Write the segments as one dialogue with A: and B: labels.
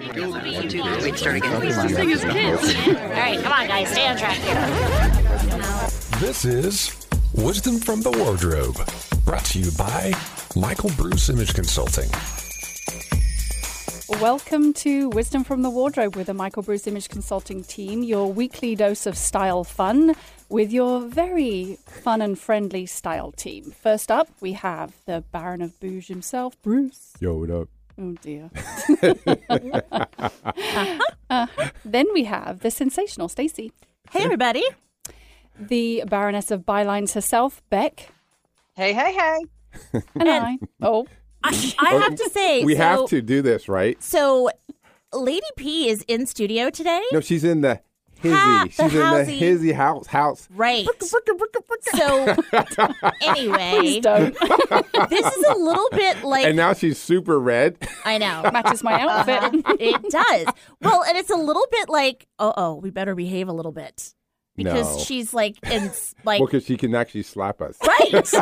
A: One, two, three. Wait, start again.
B: All right, come on, guys, stay on track here.
C: This is Wisdom from the Wardrobe, brought to you by Michael Bruce Image Consulting.
D: Welcome to Wisdom from the Wardrobe with the Michael Bruce Image Consulting team, your weekly dose of style fun with your very fun and friendly style team. First up, we have the Baron of Bouge himself, Bruce.
E: Yo, what up?
D: Oh dear. Uh, then we have the sensational Stacey,
F: Hey, everybody.
D: the Baroness of Bylines herself, Beck,
G: Hey, hey, hey.
D: and I. Oh,
F: I, I have to say,
E: we
F: so,
E: have to do this, right?
F: So, Lady P is in studio today.
E: No, she's in the hizzy.
F: Ha, the
E: she's in the
F: housey.
E: hizzy house. House.
F: Right. So, anyway,
D: please don't.
F: this is a little bit like
E: And now she's super red.
F: I know.
D: Matches my outfit.
F: It does. Well, and it's a little bit like, oh, oh, we better behave a little bit because
E: No.
F: she's like, it's like,
E: well, because she can actually slap us.
F: right,
D: As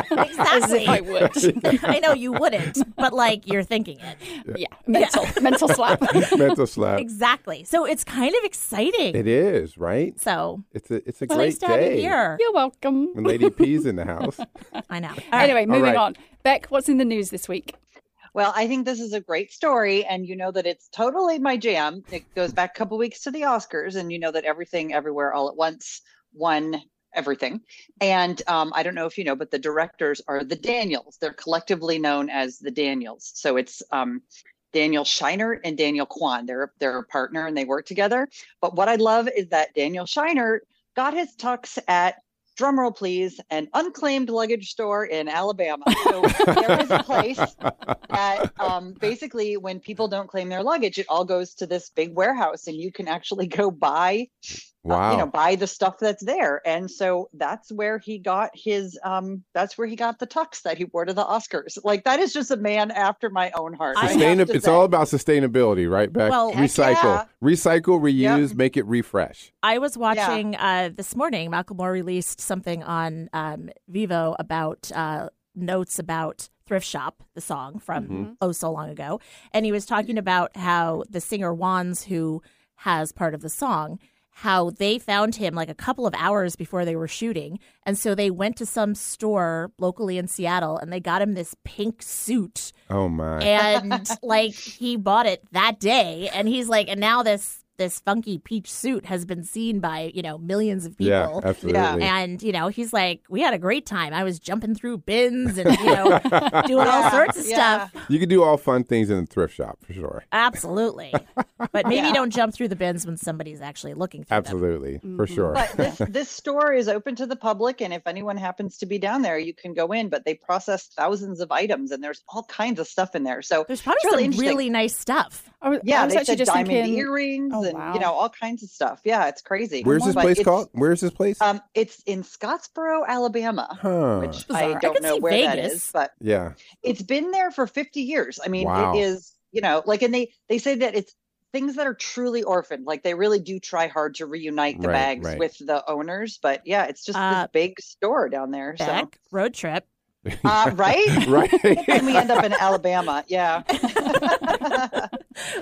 D: if I
F: exactly.
D: would.
F: I know you wouldn't, but like you're thinking it
D: Yeah, mental, mental slap.
E: Mental slap.
F: exactly. So it's kind of exciting.
E: Uh, It is, right?
F: So
E: It's a it's a
F: nice
E: great
F: to have you
E: day.
F: here.
D: You're welcome.
E: When Lady P's in the house.
F: I know. All right.
D: Anyway, moving
E: right.
D: on. Beck, what's in the news this week?
G: Well, I think this is a great story, and you know that it's totally my jam. It goes back a couple weeks to the Oscars, and you know that everything, everywhere, all at once won everything. And um, I don't know if you know, but the directors are the Daniels. They're collectively known as the Daniels. So it's um, Daniel Shiner and Daniel Kwan. They're they're a partner, and they work together. But what I love is that Daniel Shiner got his tux at drumroll please an unclaimed luggage store in alabama so there is a place at um, basically when people don't claim their luggage, it all goes to this big warehouse, and you can actually go buy, uh,
E: wow.
G: you know, buy the stuff that's there. And so that's where he got his, um, that's where he got the tux that he wore to the Oscars. Like that is just a man after my own heart.
F: I
G: I
F: have
E: Sustainab-
G: have to
E: it's
G: say.
E: all about sustainability, right? Back
F: Well, heck
E: recycle,
G: yeah.
E: recycle,
G: Yep.
E: reuse, make it refresh.
F: I was watching uh, this morning. Malcolm Moore released something on um, Vivo about uh, notes about Thrift Shop, the song from oh so long ago, and he was talking about how the singer Wands, who has part of the song, how they found him like a couple of hours before they were shooting, and so they went to some store locally in Seattle and they got him this pink suit
E: Oh my.
F: and like he bought it that day and he's like and now this this funky peach suit has been seen by you know millions of
E: yeah,
F: people
E: absolutely.
F: and you know he's like we had a great time i was jumping through bins and you know doing all
G: Yeah,
F: sorts of
G: yeah.
F: stuff
E: You can do all fun things in the thrift shop for sure.
F: absolutely but maybe
G: Yeah.
F: don't jump through the bins when somebody's actually looking through them.
E: Absolutely, for
F: Mm-hmm.
E: sure.
G: But this, this store is open to the public, and if anyone happens to be down there, you can go in. But they process thousands of items, and there's all kinds of stuff in there. So
F: there's probably
G: It's really
F: some
G: interesting.
F: really nice stuff
D: I was,
G: yeah,
D: I was
G: they
D: actually
G: said
D: just
G: diamond
D: thinking.
G: earrings
D: Oh,
G: and
D: wow.
G: you know all kinds of stuff. Yeah, it's crazy.
E: Where's this
G: But
E: place
G: it's-
E: called? Where's this place?
G: Um, it's in Scottsboro, Alabama,
E: huh.
G: which
F: Bizarre. I
G: I don't
F: could
G: know
F: see
G: where that is,
F: Vegas.
G: but
E: yeah.
G: it's been there for 50 years. I mean,
E: Wow.
G: it is, you know, like, and they they say that it's things that are truly orphaned. Like they really do try hard to reunite the
E: Right,
G: bags
E: right.
G: with the owners. But yeah, it's just
F: Uh,
G: this big store down there.
F: back road trip
G: So, uh, right?
E: Right.
G: and we end up in Alabama. Yeah.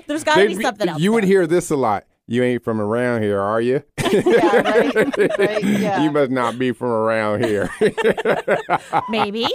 F: there's got to
E: They'd
F: be
E: be-
F: something else
E: you would
F: there.
E: hear this a lot. You ain't from around here, are you?
G: yeah. Right. Right. Yeah.
E: You must not be from around here.
F: maybe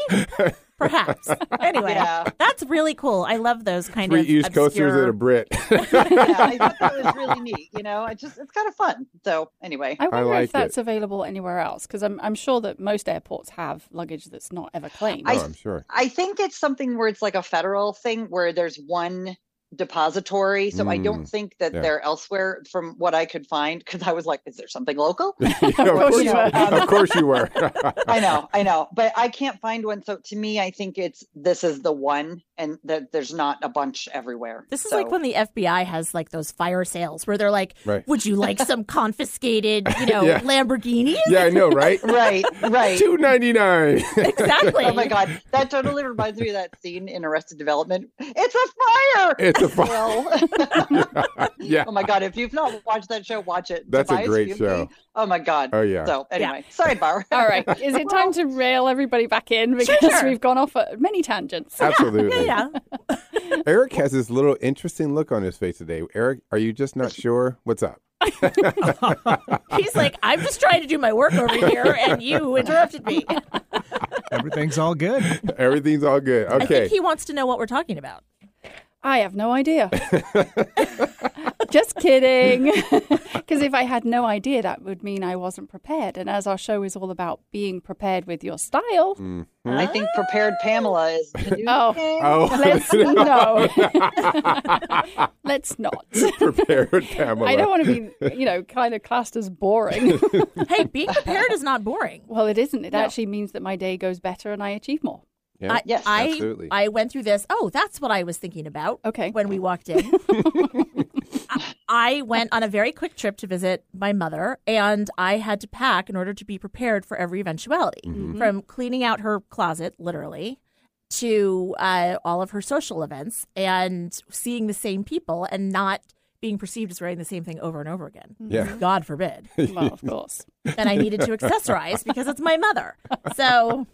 F: perhaps anyway
G: Yeah.
F: that's really cool i love those kind
E: Three
F: of
E: East Coasters
F: obscure
E: and a Brit. Oh,
G: yeah, I thought that was really neat. You know, I just it's kind of fun. So anyway,
D: I wonder
E: like
D: if that's available anywhere else because I'm, I'm sure that most airports have luggage that's not ever claimed.
G: I-
E: oh, I'm sure.
G: I think it's something where it's like a federal thing where there's one depository. So I don't think that
E: Mm, yeah.
G: they're elsewhere from what I could find because I was like, is there something local?
E: of,
D: course
G: you
E: were.
G: were.
E: of course you were.
G: I know, I know, but I can't find one. So to me, I think it's this is the one and that there's not a bunch everywhere.
F: This is
G: So-
F: like when the FBI has like those fire sales where they're like,
E: Right.
F: "Would you like some confiscated, you know,
E: Yeah.
F: Lamborghini?"
E: yeah, I know, right?
G: Right, right.
E: Two ninety nine.
F: Exactly.
E: Oh
G: Oh my god, that totally reminds me of that scene in Arrested Development. It's a fire!
E: It's Justified.
G: Will.
E: yeah.
G: oh my god! If you've not watched that show, watch it.
E: That's a
G: Tobias
E: great
G: Fugely.
E: show.
G: Oh my god!
E: Oh, yeah.
G: So anyway, sidebar.
D: All right. Is it time to rail everybody back in because
F: sure. Uh,
D: we've gone off at many tangents?
E: Absolutely.
F: yeah.
E: Eric has this little interesting look on his face today. Eric, are you just not sure? What's up?
F: He's like, I'm just trying to do my work over here, and you interrupted me.
H: Everything's all good.
E: Everything's all good.
F: I think
E: Okay.
F: he wants to know what we're talking about.
D: I have no idea. Just kidding. Because if I had no idea, that would mean I wasn't prepared. And as our show is all about being prepared with your style,
F: Mm.
G: I think prepared Pamela is. the new
D: Oh.
G: thing.
E: oh,
D: let's no, let's not.
E: prepared Pamela.
D: I don't want to be, you know, kind of classed as boring.
F: Hey, being prepared is not boring.
D: well, it isn't. It actually means that my day goes better and I achieve more.
E: Yeah.
F: I,
G: Yes.
F: I,
E: Absolutely.
F: I went through this. Oh, that's what I was thinking about.
D: Okay.
F: When we walked in, I- I went on a very quick trip to visit my mother, and I had to pack in order to be prepared for every eventuality from cleaning out her closet, literally, to uh, all of her social events and seeing the same people and not being perceived as wearing the same thing over and over again.
E: Yeah.
F: God forbid.
D: Mm-hmm. Well, of course.
F: and I needed to accessorize because it's my mother. So,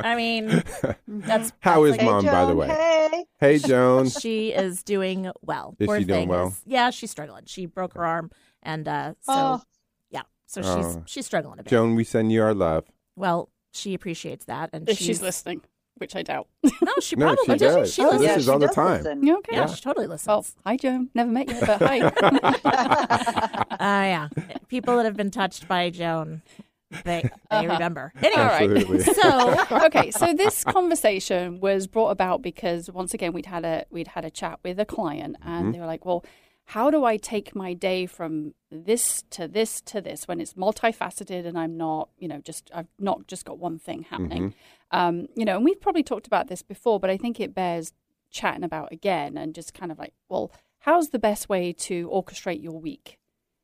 F: I mean, that's
E: How is
G: Hey,
E: mom, by the
G: Joan,
E: way?
G: Hey.
E: Hey, Joan.
F: she is doing well.
E: Is
F: Poor
E: she doing
F: thing
E: well?
F: is- yeah, she's struggling. She broke her arm, and uh, so
G: Oh.
F: yeah, so she's
E: Oh.
F: she's struggling a bit.
E: Joan, we send you our love.
F: Well, she appreciates that, and
D: If she's
F: she's,
D: listening, which I doubt.
F: no, she
E: No,
F: probably
E: she
F: doesn't.
E: does.
F: She
E: Oh,
F: listens.
E: yeah.
F: Yeah.
E: is all the
G: does
E: time.
G: listen.
D: You okay?
F: she totally listens.
D: Well, hi, Joan. Never met you, but hi. Oh.
F: Uh, yeah, people that have been touched by Joan, they they
D: Uh-huh.
F: remember. Anyway,
E: Absolutely.
F: so
D: okay, so this conversation was brought about because once again we'd had a we'd had a chat with a client and they were like, "Well, how do I take my day from this to this to this when it's multifaceted and I'm not, you know, just I've not just got one thing happening."
E: Mm-hmm.
D: Um, you know, and we've probably talked about this before, but I think it bears chatting about again and just kind of like, "Well, how's the best way to orchestrate your week?"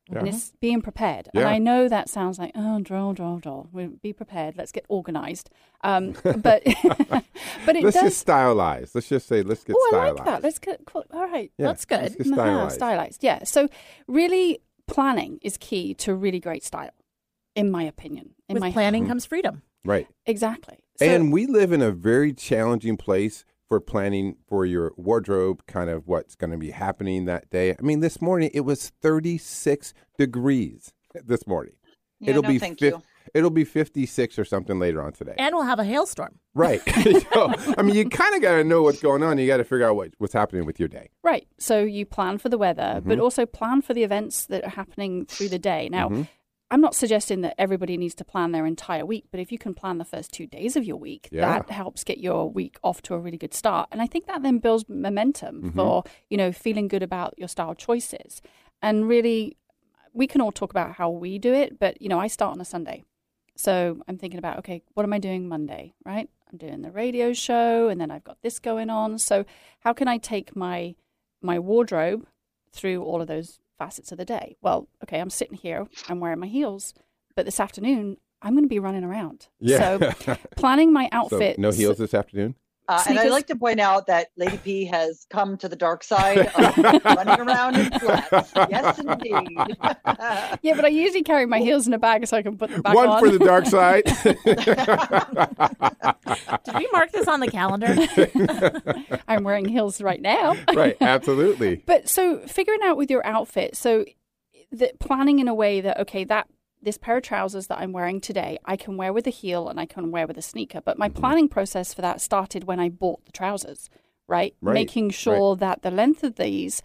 D: And
E: Yeah.
D: it's being prepared. And
E: Yeah.
D: I know that sounds like, oh, droll, droll, droll. We'll be prepared. Let's get organized. Um, but but it
E: Let's
D: does.
E: just stylize. Let's just say, let's get
D: oh, I
E: stylized.
D: like that. Let's get, cool. all right.
E: Yeah,
F: That's good.
E: Let's get
D: Nah,
E: stylized.
D: stylized. Yeah. So really planning is key to really great style, in my opinion. In my
F: with planning comes freedom.
E: Right.
D: Exactly. So,
E: and we live in a very challenging place for planning for your wardrobe, kind of what's going to be happening that day. I mean, this morning it was 36 degrees. This morning,
G: Yeah,
E: it'll
G: no,
E: be
G: thank
E: fif-
G: you.
E: it'll be 56 or something later on today.
F: And we'll have a hailstorm.
E: right. so, I mean, you kind of got to know what's going on. You got to figure out what, what's happening with your day.
D: Right. So you plan for the weather, but also plan for the events that are happening through the day. Now, I'm not suggesting that everybody needs to plan their entire week, but if you can plan the first two days of your week,
E: Yeah.
D: that helps get your week off to a really good start. And I think that then builds momentum for, you know, feeling good about your style choices. And really, we can all talk about how we do it, but, you know, I start on a Sunday. So I'm thinking about, okay, what am I doing Monday, right? I'm doing the radio show and then I've got this going on. So how can I take my my wardrobe through all of those facets of the day? Well, okay, I'm sitting here, I'm wearing my heels, but this afternoon I'm going to be running around.
E: Yeah.
D: So planning my
E: So,
D: outfit.
E: no heels this afternoon.
G: Uh, and I'd
D: Sneakers-
G: like to point out that Lady P has come to the dark side of running around in flats. Yes, indeed.
D: Yeah, but I usually carry my heels in a bag so I can put them back
E: One
D: on.
E: for the dark side.
F: Did we mark this on the calendar?
D: I'm wearing heels right now.
E: right. Absolutely.
D: But so figuring out with your outfit, so the planning in a way that okay, that this pair of trousers that I'm wearing today, I can wear with a heel and I can wear with a sneaker. But
E: Mm-hmm.
D: my planning process for that started when I bought the trousers, right?
E: Right,
D: Making
E: right.
D: sure that the length of these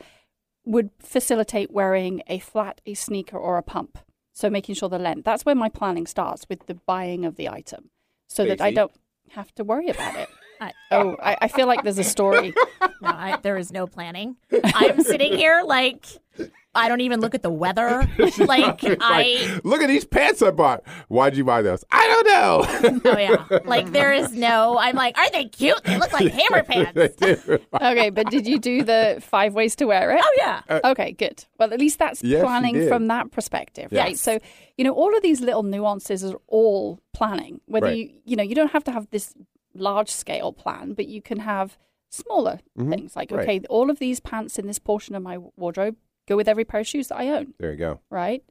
D: would facilitate wearing a flat, a sneaker, or a pump. So making sure the length. That's where my planning starts with the buying of the item, so that I
E: Stacey?
D: don't have to worry about it.
F: I-
D: Oh, I, I feel like there's a story.
F: No, I, there is no planning. I'm sitting here like I don't even look at the weather. Like
E: It's
F: I,
E: like, look at these pants I bought. Why'd you buy those? I don't know.
F: oh yeah, like there is no. I'm like, are they cute? They look like hammer pants.
D: okay, but did you do the five ways to wear it?
F: Oh yeah,
D: okay, good. Well, at least that's
E: Yes, she
D: planning
E: did.
D: from that perspective, right?
E: Yes.
D: So, you know, all of these little nuances are all planning. Whether
E: Right.
D: you, you know, you don't have to have this large scale plan, but you can have smaller
E: Mhm.
D: things like,
E: Right.
D: okay, all of these pants in this portion of my wardrobe go with every pair of shoes that I own,
E: There you go.
D: right?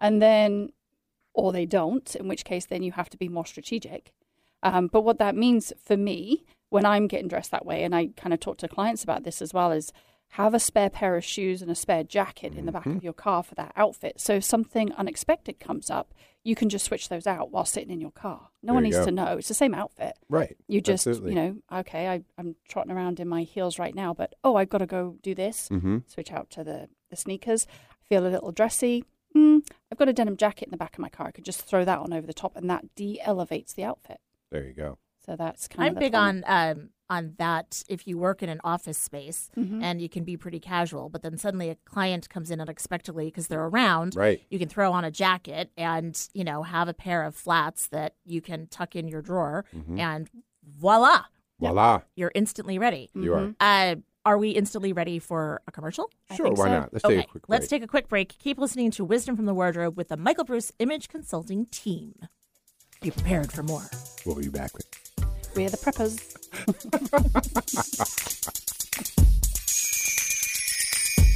D: And then, or they don't, in which case then you have to be more strategic. Um, but what that means for me when I'm getting dressed that way, and I kind of talk to clients about this as well, is have a spare pair of shoes and a spare jacket in the back
E: Mm-hmm.
D: of your car for that outfit. So if something unexpected comes up, you can just switch those out while sitting in your car. No
E: There
D: one
E: you
D: needs
E: go.
D: to know. It's the same outfit.
E: Right.
D: You just,
E: Absolutely.
D: you know, okay, I, I'm trotting around in my heels right now, but oh, I've got to go do this.
E: Mhm.
D: Switch out to the, the sneakers. I feel a little dressy. Mm, I've got a denim jacket in the back of my car. I could just throw that on over the top, and that de elevates the outfit.
E: There you go.
D: So that's kind
F: I'm
D: of the
F: big
D: fun.
F: on um, on that. If you work in an office space and you can be pretty casual, but then suddenly a client comes in unexpectedly because they're around,
E: Right.
F: you can throw on a jacket and you know have a pair of flats that you can tuck in your drawer, and voila,
E: Voila.
F: you're instantly ready.
E: You
D: Mm-hmm.
E: are.
F: Uh, are we instantly ready for a commercial?
E: Sure, why not? Let's
F: okay,
E: take a quick break.
F: let's take a quick break. Keep listening to Wisdom from the Wardrobe with the Michael Bruce Image Consulting Team. Be prepared for more.
E: We'll be back. with-
D: We're the preppers.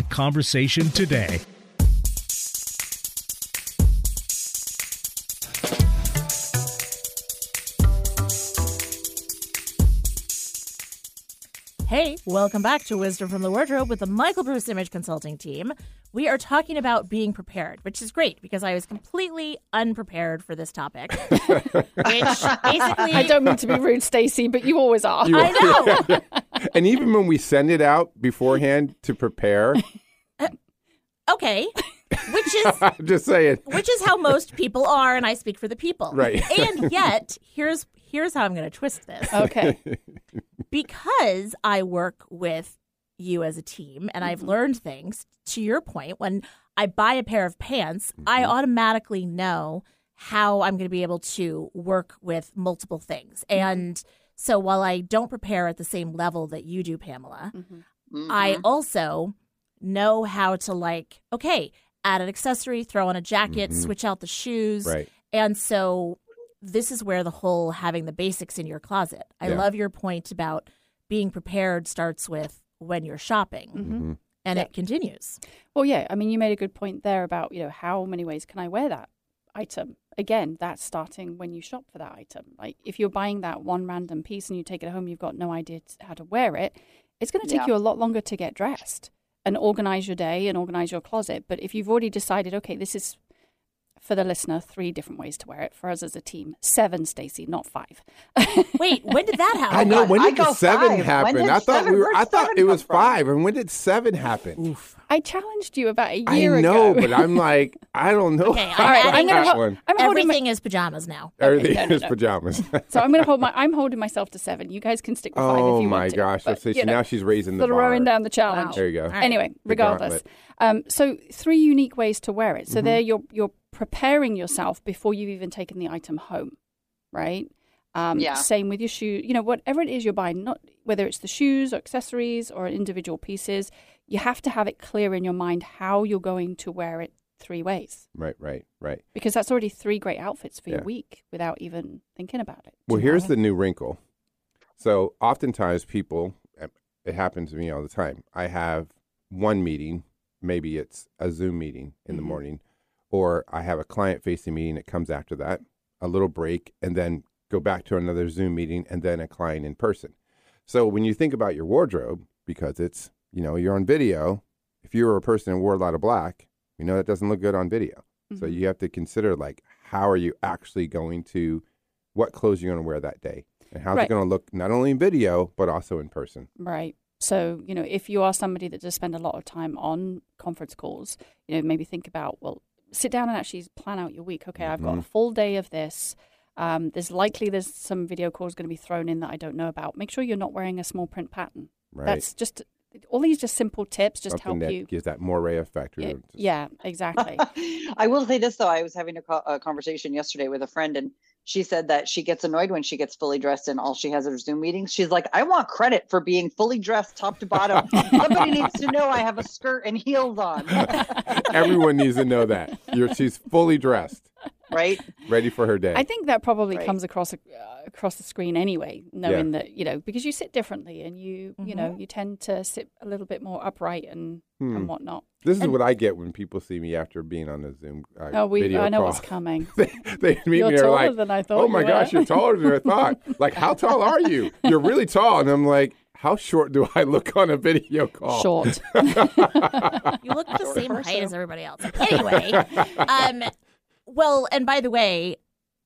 I: conversation today.
F: Hey, welcome back to Wisdom from the Wardrobe with the Michael Bruce Image Consulting Team. We are talking about being prepared, which is great because I was completely unprepared for this topic. which basically,
D: I don't mean to be rude, Stacey, but you always are.
E: You
F: I know.
E: and even when we send it out beforehand to prepare,
F: Okay, which is
E: I'm just saying.
F: which is how most people are, and I speak for the people.
E: Right.
F: And yet, here's here's how I'm going to twist this.
D: Okay.
F: because I work with you as a team and I've learned things, to your point, when I buy a pair of pants, I automatically know how I'm going to be able to work with multiple things. And so while I don't prepare at the same level that you do, Pamela,
G: Mm-hmm.
F: I also know how to, like, okay, add an accessory, throw on a jacket, switch out the shoes.
E: Right.
F: And so this is where the whole having the basics in your closet. I
E: Yeah.
F: love your point about being prepared starts with when you're shopping
E: Mm-hmm.
F: and it continues.
D: Well, yeah. I mean, you made a good point there about, you know, how many ways can I wear that item? Again, that's starting when you shop for that item. Like, if you're buying that one random piece and you take it home, you've got no idea t- how to wear it. It's going to take
G: Yeah.
D: you a lot longer to get dressed and organize your day and organize your closet. But if you've already decided, okay, this is for the listener, three different ways to wear it. For us as a team, seven, Stacy, not five.
F: Wait, when did that happen?
E: Oh, I know. When
G: I
E: did the
G: go
E: seven
G: five. When
E: happen?
G: did
E: I thought
G: seven-
E: we were. I
G: where'd
E: thought
G: seven
E: it
G: come
E: was
G: from?
E: five. And when did seven happen?
D: I challenged you about a
E: I
D: year
E: know,
D: ago.
E: but I'm like, I don't know.
F: Okay,
E: how
F: all right,
E: I
F: I'm gonna
E: got that
F: ho-
E: one.
D: I'm holding my-
F: Everything is pajamas now.
E: Everything
D: no, no,
E: is
D: no.
E: pajamas.
D: So I'm going to hold my. I'm holding myself to seven. You guys can stick with five
E: oh
D: if you
E: my
D: want to.
E: gosh!
D: but,
E: So
D: you
E: she-
D: know,
E: now she's raising the
D: sort of rowing
E: bar.
D: down the challenge.
E: There you go.
F: right.
D: Anyway, regardless, um, so three unique ways to wear it. So
E: Mm-hmm.
D: there, you're you're preparing yourself before you've even taken the item home, right? Um,
G: Yeah.
D: Same with your shoe. You know, whatever it is you're buying, not whether it's the shoes or accessories or individual pieces, you have to have it clear in your mind how you're going to wear it three ways,
E: Right, right, right.
D: because that's already three great outfits for
E: Yeah.
D: your week without even thinking about it.
E: Well, here's the new wrinkle. So, oftentimes, people, um, it happens to me all the time. I have one meeting, maybe it's a Zoom meeting in the morning, or I have a client facing meeting that comes after that, a little break, and then go back to another Zoom meeting, and then a client in person. So, when you think about your wardrobe, because it's, you know, you're on video, if you were a person and wore a lot of black, you know, that doesn't look good on video. So,
D: Mm-hmm.
E: you have to consider, like, how are you actually going to what clothes you're going to wear that day and how's it
D: Right.
E: going to look not only in video but also in person
D: Right. So, you know, if you are somebody that does spend a lot of time on conference calls, you know, maybe think about, well, sit down and actually plan out your week. Okay,
E: Mm-hmm.
D: I've got a full day of this. Um, there's likely there's some video calls going to be thrown in that I don't know about. Make sure you're not wearing a small print pattern.
E: Right.
D: That's just all these just simple tips just
E: Something
D: help
E: that
D: you.
E: gives that moire effect. or
D: Yeah,
E: just-
D: yeah, exactly.
G: Mm-hmm. I will say this though: I was having a, co- a conversation yesterday with a friend, and she said that she gets annoyed when she gets fully dressed, and all she has are Zoom meetings. She's like, "I want credit for being fully dressed, top to bottom. Somebody needs to know I have a skirt and heels on,
E: Everyone needs to know that. You're, she's fully dressed,
G: right?"
E: ready for her day.
D: I think that probably
G: Right.
D: comes across uh, across the screen anyway, knowing that you know because you sit differently and you you know you tend to sit a little bit more upright and
E: Hmm.
D: and whatnot.
E: this is what I get when people see me after being on a Zoom. Uh,
D: Oh, we
E: video
D: I know
E: call.
D: what's coming.
E: they, they meet
D: You're
E: me and are
D: taller
E: like,
D: than I thought
E: oh my
D: you
E: gosh,
D: were."
E: you're taller than I thought. like, how tall are you? You're really tall. And I'm like, how short do I look on a video call?
D: Short.
F: You look the same height as everybody else. Anyway, um, well, and by the way,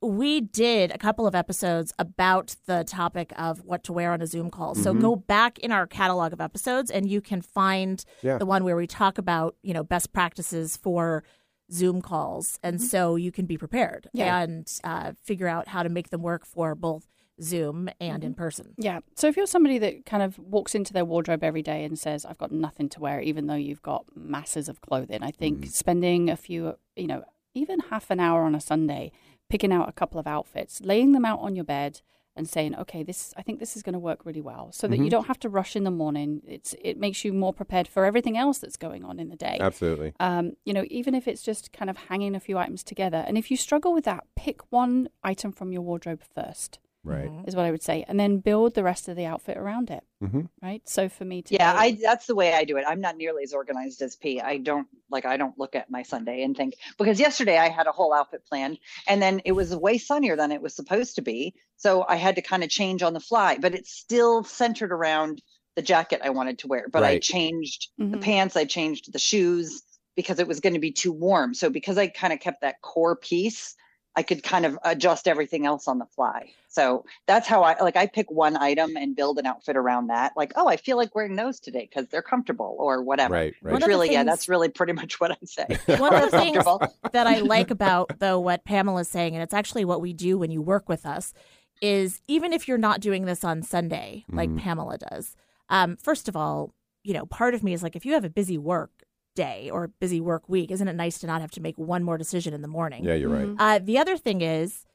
F: we did a couple of episodes about the topic of what to wear on a Zoom call.
E: Mm-hmm.
F: So go back in our catalog of episodes, and you can find
E: Yeah.
F: the one where we talk about you know best practices for Zoom calls, and
E: Mm-hmm.
F: so you can be prepared
D: Yeah.
F: and uh, figure out how to make them work for both Zoom and
E: Mm-hmm.
F: in person.
D: Yeah. So if you're somebody that kind of walks into their wardrobe every day and says, I've got nothing to wear, even though you've got masses of clothing, I think
E: Mm.
D: spending a few, you know, even half an hour on a Sunday picking out a couple of outfits, laying them out on your bed and saying, okay, this, I think this is going to work really well so
E: Mm-hmm.
D: that you don't have to rush in the morning. It's, it makes you more prepared for everything else that's going on in the day
E: Absolutely.
D: um, you know, even if it's just kind of hanging a few items together. And if you struggle with that, pick one item from your wardrobe first,
E: Right.
F: Mm-hmm.
D: is what I would say, and then build the rest of the outfit around it.
E: Mhm.
D: Right. So for me today,
G: Yeah, I that's the way I do it. I'm not nearly as organized as P. I don't like I don't look at my Sunday and think because yesterday I had a whole outfit planned and then it was way sunnier than it was supposed to be. So I had to kind of change on the fly, but it's still centered around the jacket I wanted to wear. But I
E: Right.
G: changed the
D: Mhm.
G: pants, I changed the shoes because it was going to be too warm. So because I kind of kept that core piece, I could kind of adjust everything else on the fly. So that's how I like I pick one item and build an outfit around that. Like, oh, I feel like wearing those today because they're comfortable or whatever.
E: Right. Right.
F: One
G: It's
F: of the
G: really, yeah,
F: things-
G: that's really pretty much what I say.
F: One of the things
G: Comfortable.
F: that I like about though what Pamela's saying, and it's actually what we do when you work with us, is even if you're not doing this on Sunday like Pamela does, um, first of all, you know, part of me is like if you have a busy work day or a busy work week, isn't it nice to not have to make one more decision in the morning?
E: Yeah, you're right.
F: Uh, the other thing is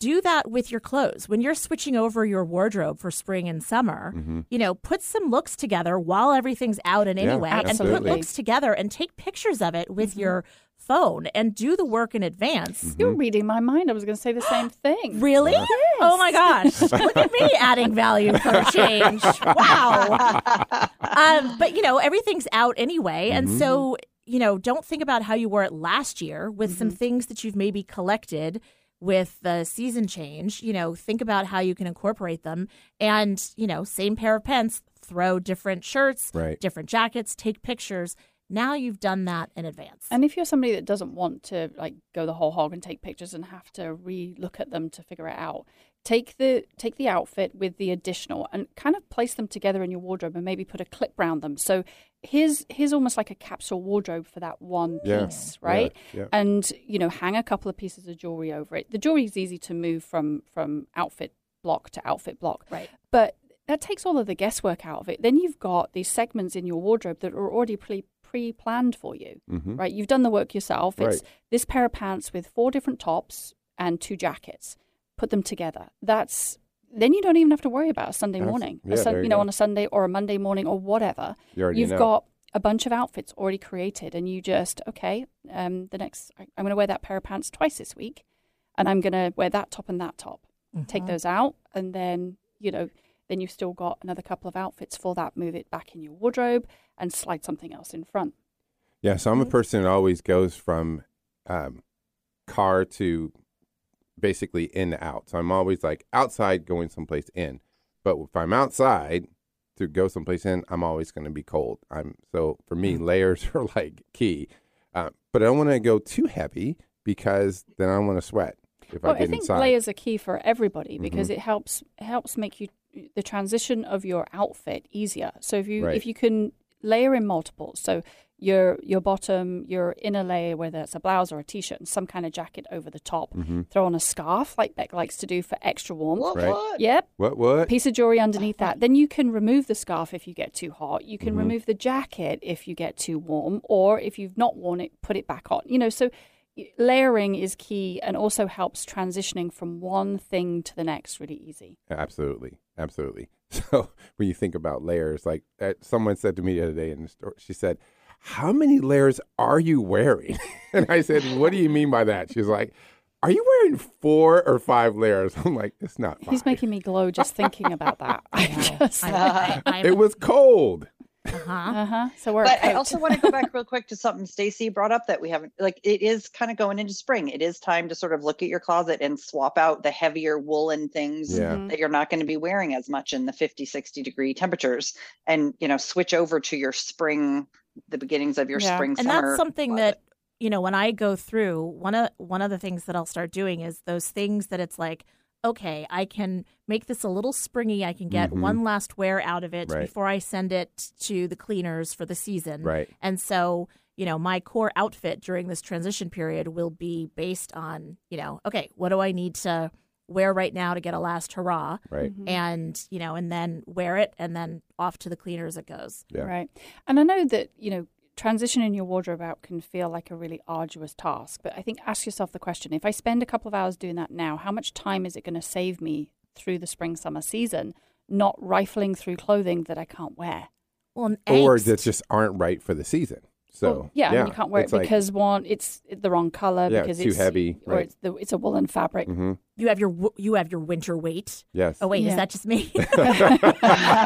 F: do that with your clothes. When you're switching over your wardrobe for spring and summer, you know, put some looks together while everything's out and
E: Mm-hmm. Yeah,
F: anyway, and put
E: absolutely.
F: looks together and take pictures of it with your phone and do the work in advance.
E: Mm-hmm.
D: you're reading my mind. I was going to say the same thing.
F: Really? Oh my gosh. Look at me adding value for a change. Wow. Um, but, you know, everything's out anyway. And so, you know, don't think about how you wore it last year with some things that you've maybe collected with the season change. You know, think about how you can incorporate them. And, you know, same pair of pants, throw different shirts,
E: Right.
F: different jackets, take pictures. Now you've done that in advance.
D: And if you're somebody that doesn't want to like go the whole hog and take pictures and have to re-look at them to figure it out, take the take the outfit with the additional and kind of place them together in your wardrobe and maybe put a clip round them. So here's here's almost like a capsule wardrobe for that one
E: Yeah,
D: piece,
E: yeah,
D: right?
E: yeah.
D: And you know, hang a couple of pieces of jewelry over it. The jewelry is easy to move from from outfit block to outfit block,
F: Right.
D: But that takes all of the guesswork out of it. Then you've got these segments in your wardrobe that are already pre pre planned for you
E: Mm-hmm.
D: right? You've done the work yourself. It's
E: Right.
D: this pair of pants with four different tops and two jackets. Put them together. That's then you don't even have to worry about a Sunday
E: That's-
D: morning, a
E: yeah,
D: sun-
E: there
D: you,
E: you
D: know,
E: go.
D: on a Sunday or a Monday morning or whatever.
E: You already
D: have
E: know.
D: got a bunch of outfits already created, and you just okay. Um, the next, I, I'm going to wear that pair of pants twice this week, and I'm going to wear that top and that top. Take those out, and then you know, then you've still got another couple of outfits for that. Move it back in your wardrobe and slide something else in front.
E: Yeah. So I'm
D: Mm-hmm.
E: a person that always goes from um, car to basically in to out. So I'm always like outside going someplace in. But if I'm outside to go someplace in, I'm always going to be cold. I'm so for
D: Mm.
E: me layers are like key. Uh, but I don't want to go too heavy because then I want to sweat if I
D: Well,
E: get
D: I think
E: inside. Mm-hmm.
D: layers are key for everybody because it helps helps make you the transition of your outfit easier. So if you
E: Right.
D: if you can layer in multiples, so your your bottom, your inner layer, whether it's a blouse or a t-shirt, and some kind of jacket over the top.
E: Mm-hmm.
D: Throw on a scarf, like Beck likes to do for extra warmth.
G: What?
E: Right.
G: what?
D: Yep,
E: What?
G: Uh,
E: What?
D: piece of jewelry underneath that. Then you can remove the scarf if you get too hot. You can
G: Mm-hmm.
D: remove the jacket if you get too warm, or if you've not worn it, put it back on. You know, so y- layering is key and also helps transitioning from one thing to the next really easy.
E: Absolutely, absolutely. So when you think about layers, like uh, someone said to me the other day in the store, she said, "How many layers are you wearing?" and I said, "What do you mean by that?" She's like, "Are you wearing four or five layers?" I'm like, "It's not." Five.
D: He's making me glow just thinking about that. I just
F: I, I,
E: It was cold.
F: uh
D: uh-huh. So we're
G: but I also want to go back real quick to something Stacy brought up that we haven't like it is kind of going into spring. It is time to sort of look at your closet and swap out the heavier woolen things
D: Mm-hmm.
E: Yeah.
G: that you're not going to be wearing as much in the 50 60 degree temperatures and you know switch over to your spring the beginnings of your
D: Yeah.
G: spring
F: and
G: summer
F: that's something
G: closet.
F: that you know when i go through one of one of the things that i'll start doing is those things that it's like okay i can make this a little springy i can get
E: Mhm.
F: one last wear out of it
E: Right.
F: before i send it to the cleaners for the season
D: Mm-hmm.
E: Right.
F: and so you know my core outfit during this transition period will be based on you know okay what do i need to wear right now to get a last hurrah
E: Right.
F: and you know and then wear it and then off to the cleaners it goes
E: Yeah.
D: Right. And I know that, you know, transitioning your wardrobe out can feel like a really arduous task, but I think ask yourself the question if I spend a couple of hours doing that now, how much time is it going to save me through the spring summer season, not rifling through clothing that I can't wear?
F: well and
E: Or
F: angst.
E: that just aren't right for the season. So
D: Mm-hmm. Well, yeah, I mean, you can't wear it
E: it's like-
D: because one, it's the wrong color,
E: Yeah,
D: because
E: it's too heavy,
D: or
E: right.
D: it's, the, it's a woolen fabric.
E: Mhm.
F: you have your w- you have your winter weight
E: yes.
F: Oh wait,
D: Yeah.
F: is that just me?
D: Are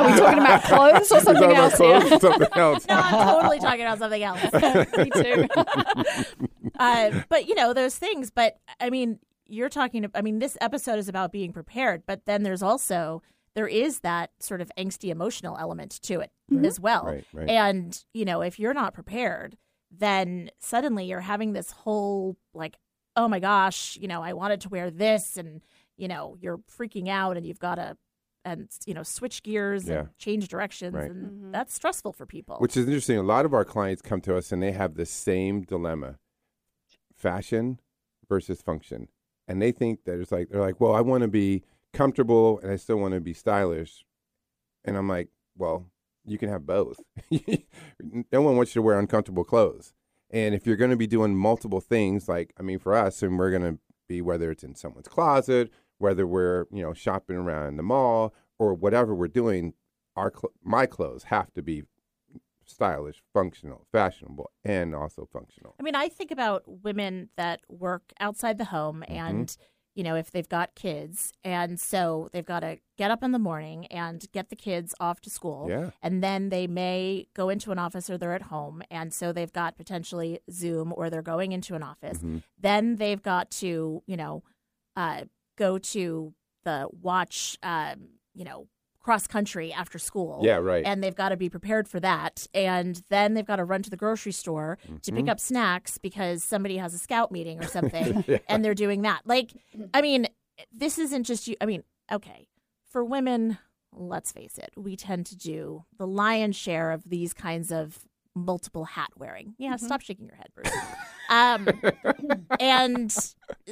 D: we talking about clothes or
E: Is that
D: something
E: about
D: else?
E: clothes or something else.
F: no, I'm totally talking about something else.
D: Yeah. Me too.
F: Uh, but you know those things. But I mean, you're talking. ab- I mean, this episode is about being prepared. But then there's also there is that sort of angsty emotional element to it as well.
E: Right, right.
F: And you know, if you're not prepared, then suddenly you're having this whole like, oh my gosh, you know, I wanted to wear this, and you know, you're freaking out, and you've got to. And you know, switch gears
E: Yeah.
F: and change directions,
E: Right.
F: and that's stressful for people.
E: Which is interesting. A lot of our clients come to us and they have the same dilemma fashion versus function. And they think that it's like, they're like, well, I want to be comfortable and I still want to be stylish. And I'm like, well, you can have both. no one wants you to wear uncomfortable clothes. And if you're going to be doing multiple things, like, I mean, for us, and we're going to be whether it's in someone's closet, whether we're, you know, shopping around the mall or whatever we're doing, our cl- my clothes have to be stylish, functional, fashionable, and also functional.
F: I mean, I think about women that work outside the home
E: Mm-hmm.
F: and, you know, if they've got kids. And so they've got to get up in the morning and get the kids off to school.
E: Yeah.
F: And then they may go into an office or they're at home. And so they've got potentially Zoom or they're going into an
E: Mm-hmm.
F: office. Then they've got to, you know, uh, go to the watch, um, you know, cross country after school
E: Yeah, right.
F: and they've got to be prepared for that. And then they've got to run to the grocery store to
E: Mm-hmm. Hmm?
F: pick up snacks because somebody has a scout meeting or something, and they're doing that. Like, I mean, this isn't just you. I mean, okay, for women, let's face it, we tend to do the lion's share of these kinds of multiple hat wearing. Yeah,
E: Mm-hmm.
F: stop shaking your head, Bruce. um, and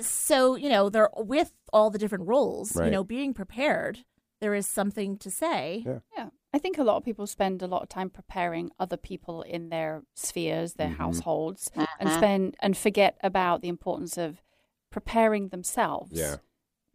F: so you know, they're with all the different roles.
E: Right.
F: You know, being prepared. There is something to say.
E: Yeah.
D: Yeah. I think a lot of people spend a lot of time preparing other people in their spheres, their households, and spend and forget about the importance of preparing themselves.
E: Yeah.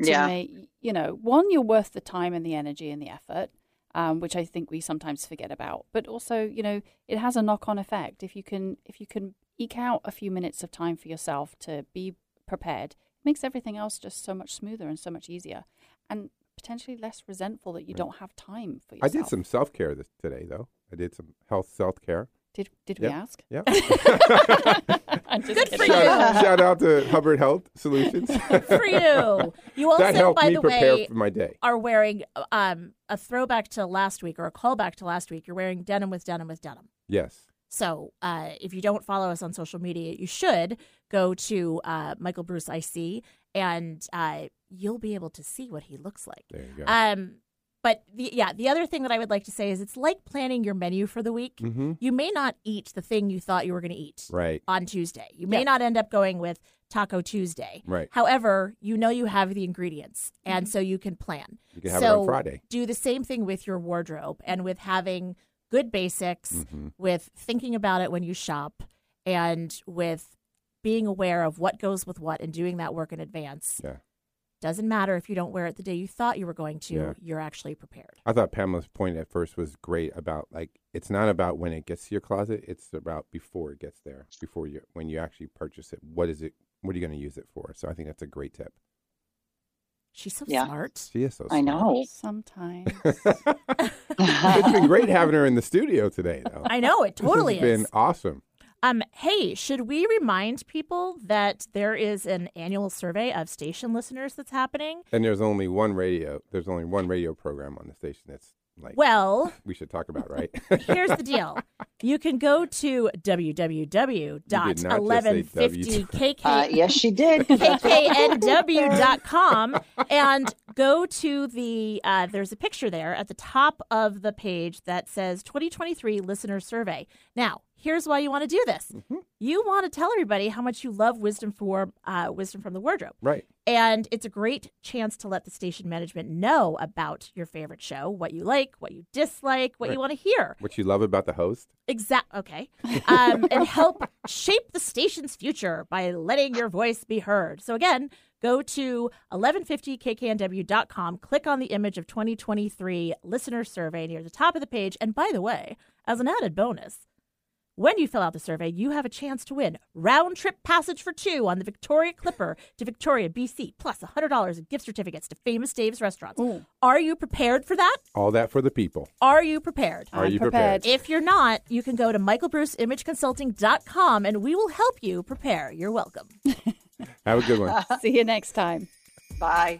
D: To
G: Yeah.
D: Make, you know, one, you're worth the time and the energy and the effort, um, which I think we sometimes forget about. But also, you know, it has a knock on effect. If you can if you can eke out a few minutes of time for yourself to be prepared, it makes everything else just so much smoother and so much easier. And potentially less resentful that you don't have time for
E: I
D: yourself.
E: did some self care this today though. I did some health self care.
D: Did did we
E: Yeah.
D: ask?
E: Yeah.
D: I'm just kidding.
E: shout, shout out to Hubbard Health Solutions.
F: for you. You also,
E: that helped
F: by
E: me
F: the
E: prepare
F: way,
E: for my day.
F: are wearing um, a throwback to last week or a callback to last week. You're wearing denim with denim with denim.
E: Yes.
F: So uh, if you don't follow us on social media, you should go to uh, Michael Bruce IC and uh, you'll be able to see what he looks like.
E: There you go.
F: Um, But the, yeah, the other thing that I would like to say is it's like planning your menu for the week.
E: Mm-hmm.
F: You may not eat the thing you thought you were going to eat
E: Right.
F: on Tuesday. You may
D: Yeah.
F: not end up going with Taco Tuesday.
E: Right. Mm-hmm.
F: However, you know you have the ingredients, and so you can plan.
E: You can have it
F: so
E: on Friday.
F: do the same thing with your wardrobe and with having good basics,
E: Mhm.
F: with thinking about it when you shop, and with being aware of what goes with what and doing that work in advance.
E: Yeah.
F: Doesn't matter if you don't wear it the day you thought you were going to,
E: Yeah.
F: you're actually prepared.
E: I thought Pamela's point at first was great about like it's not about when it gets to your closet, it's about before it gets there, before you when you actually purchase it. What is it? What are you going to use it for? So I think that's a great tip.
F: She's so
G: Yeah.
F: smart.
E: She is so.
G: I
E: smart.
G: know.
D: Sometimes.
E: it's been great having her in the studio today, though.
F: I know, it totally
E: this has
F: is.
E: been awesome.
F: Um, hey, should we remind people that there is an annual survey of station listeners that's happening?
E: And there's only one radio. There's only one radio program on the station that's like
F: Well,
E: we should talk about, right?
F: here's the deal. You can go to
G: Uh,
F: www.1150kkk.com
G: yes, she did.
F: and go to the uh, there's a picture there at the top of the page that says 2023 listener survey. Now, here's why you want to do this. You want to tell everybody how much you love wisdom for uh, wisdom from the wardrobe.
E: right.
F: And it's a great chance to let the station management know about your favorite show, what you like, what you dislike, what you want to hear.
E: What you love about the host?
F: Exact. Okay. Um, and help shape the station's future by letting your voice be heard. So again, go to 1150kknw.com, click on the image of 2023 listener survey near the top of the page. And by the way, as an added bonus, when you fill out the survey, you have a chance to win round trip passage for two on the Victoria Clipper to Victoria, BC, plus $100 in gift certificates to famous Dave's restaurants. Are you prepared for that?
E: All that for the people.
F: Are you prepared?
E: Are
D: I'm
E: you
D: prepared.
F: If you're not, you can go to michaelbruceimageconsulting.com and we will help you prepare. You're welcome.
E: Have a good one.
D: See you next time.
G: Bye.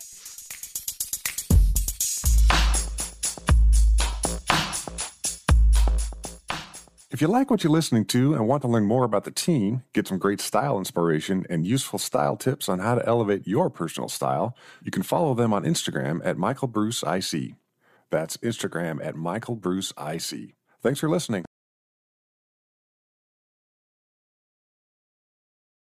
J: If you like what you're listening to and want to learn more about the team, get some great style inspiration and useful style tips on how to elevate your personal style, you can follow them on Instagram at Michael Bruce IC. That's Instagram at Michael Bruce IC. Thanks for listening.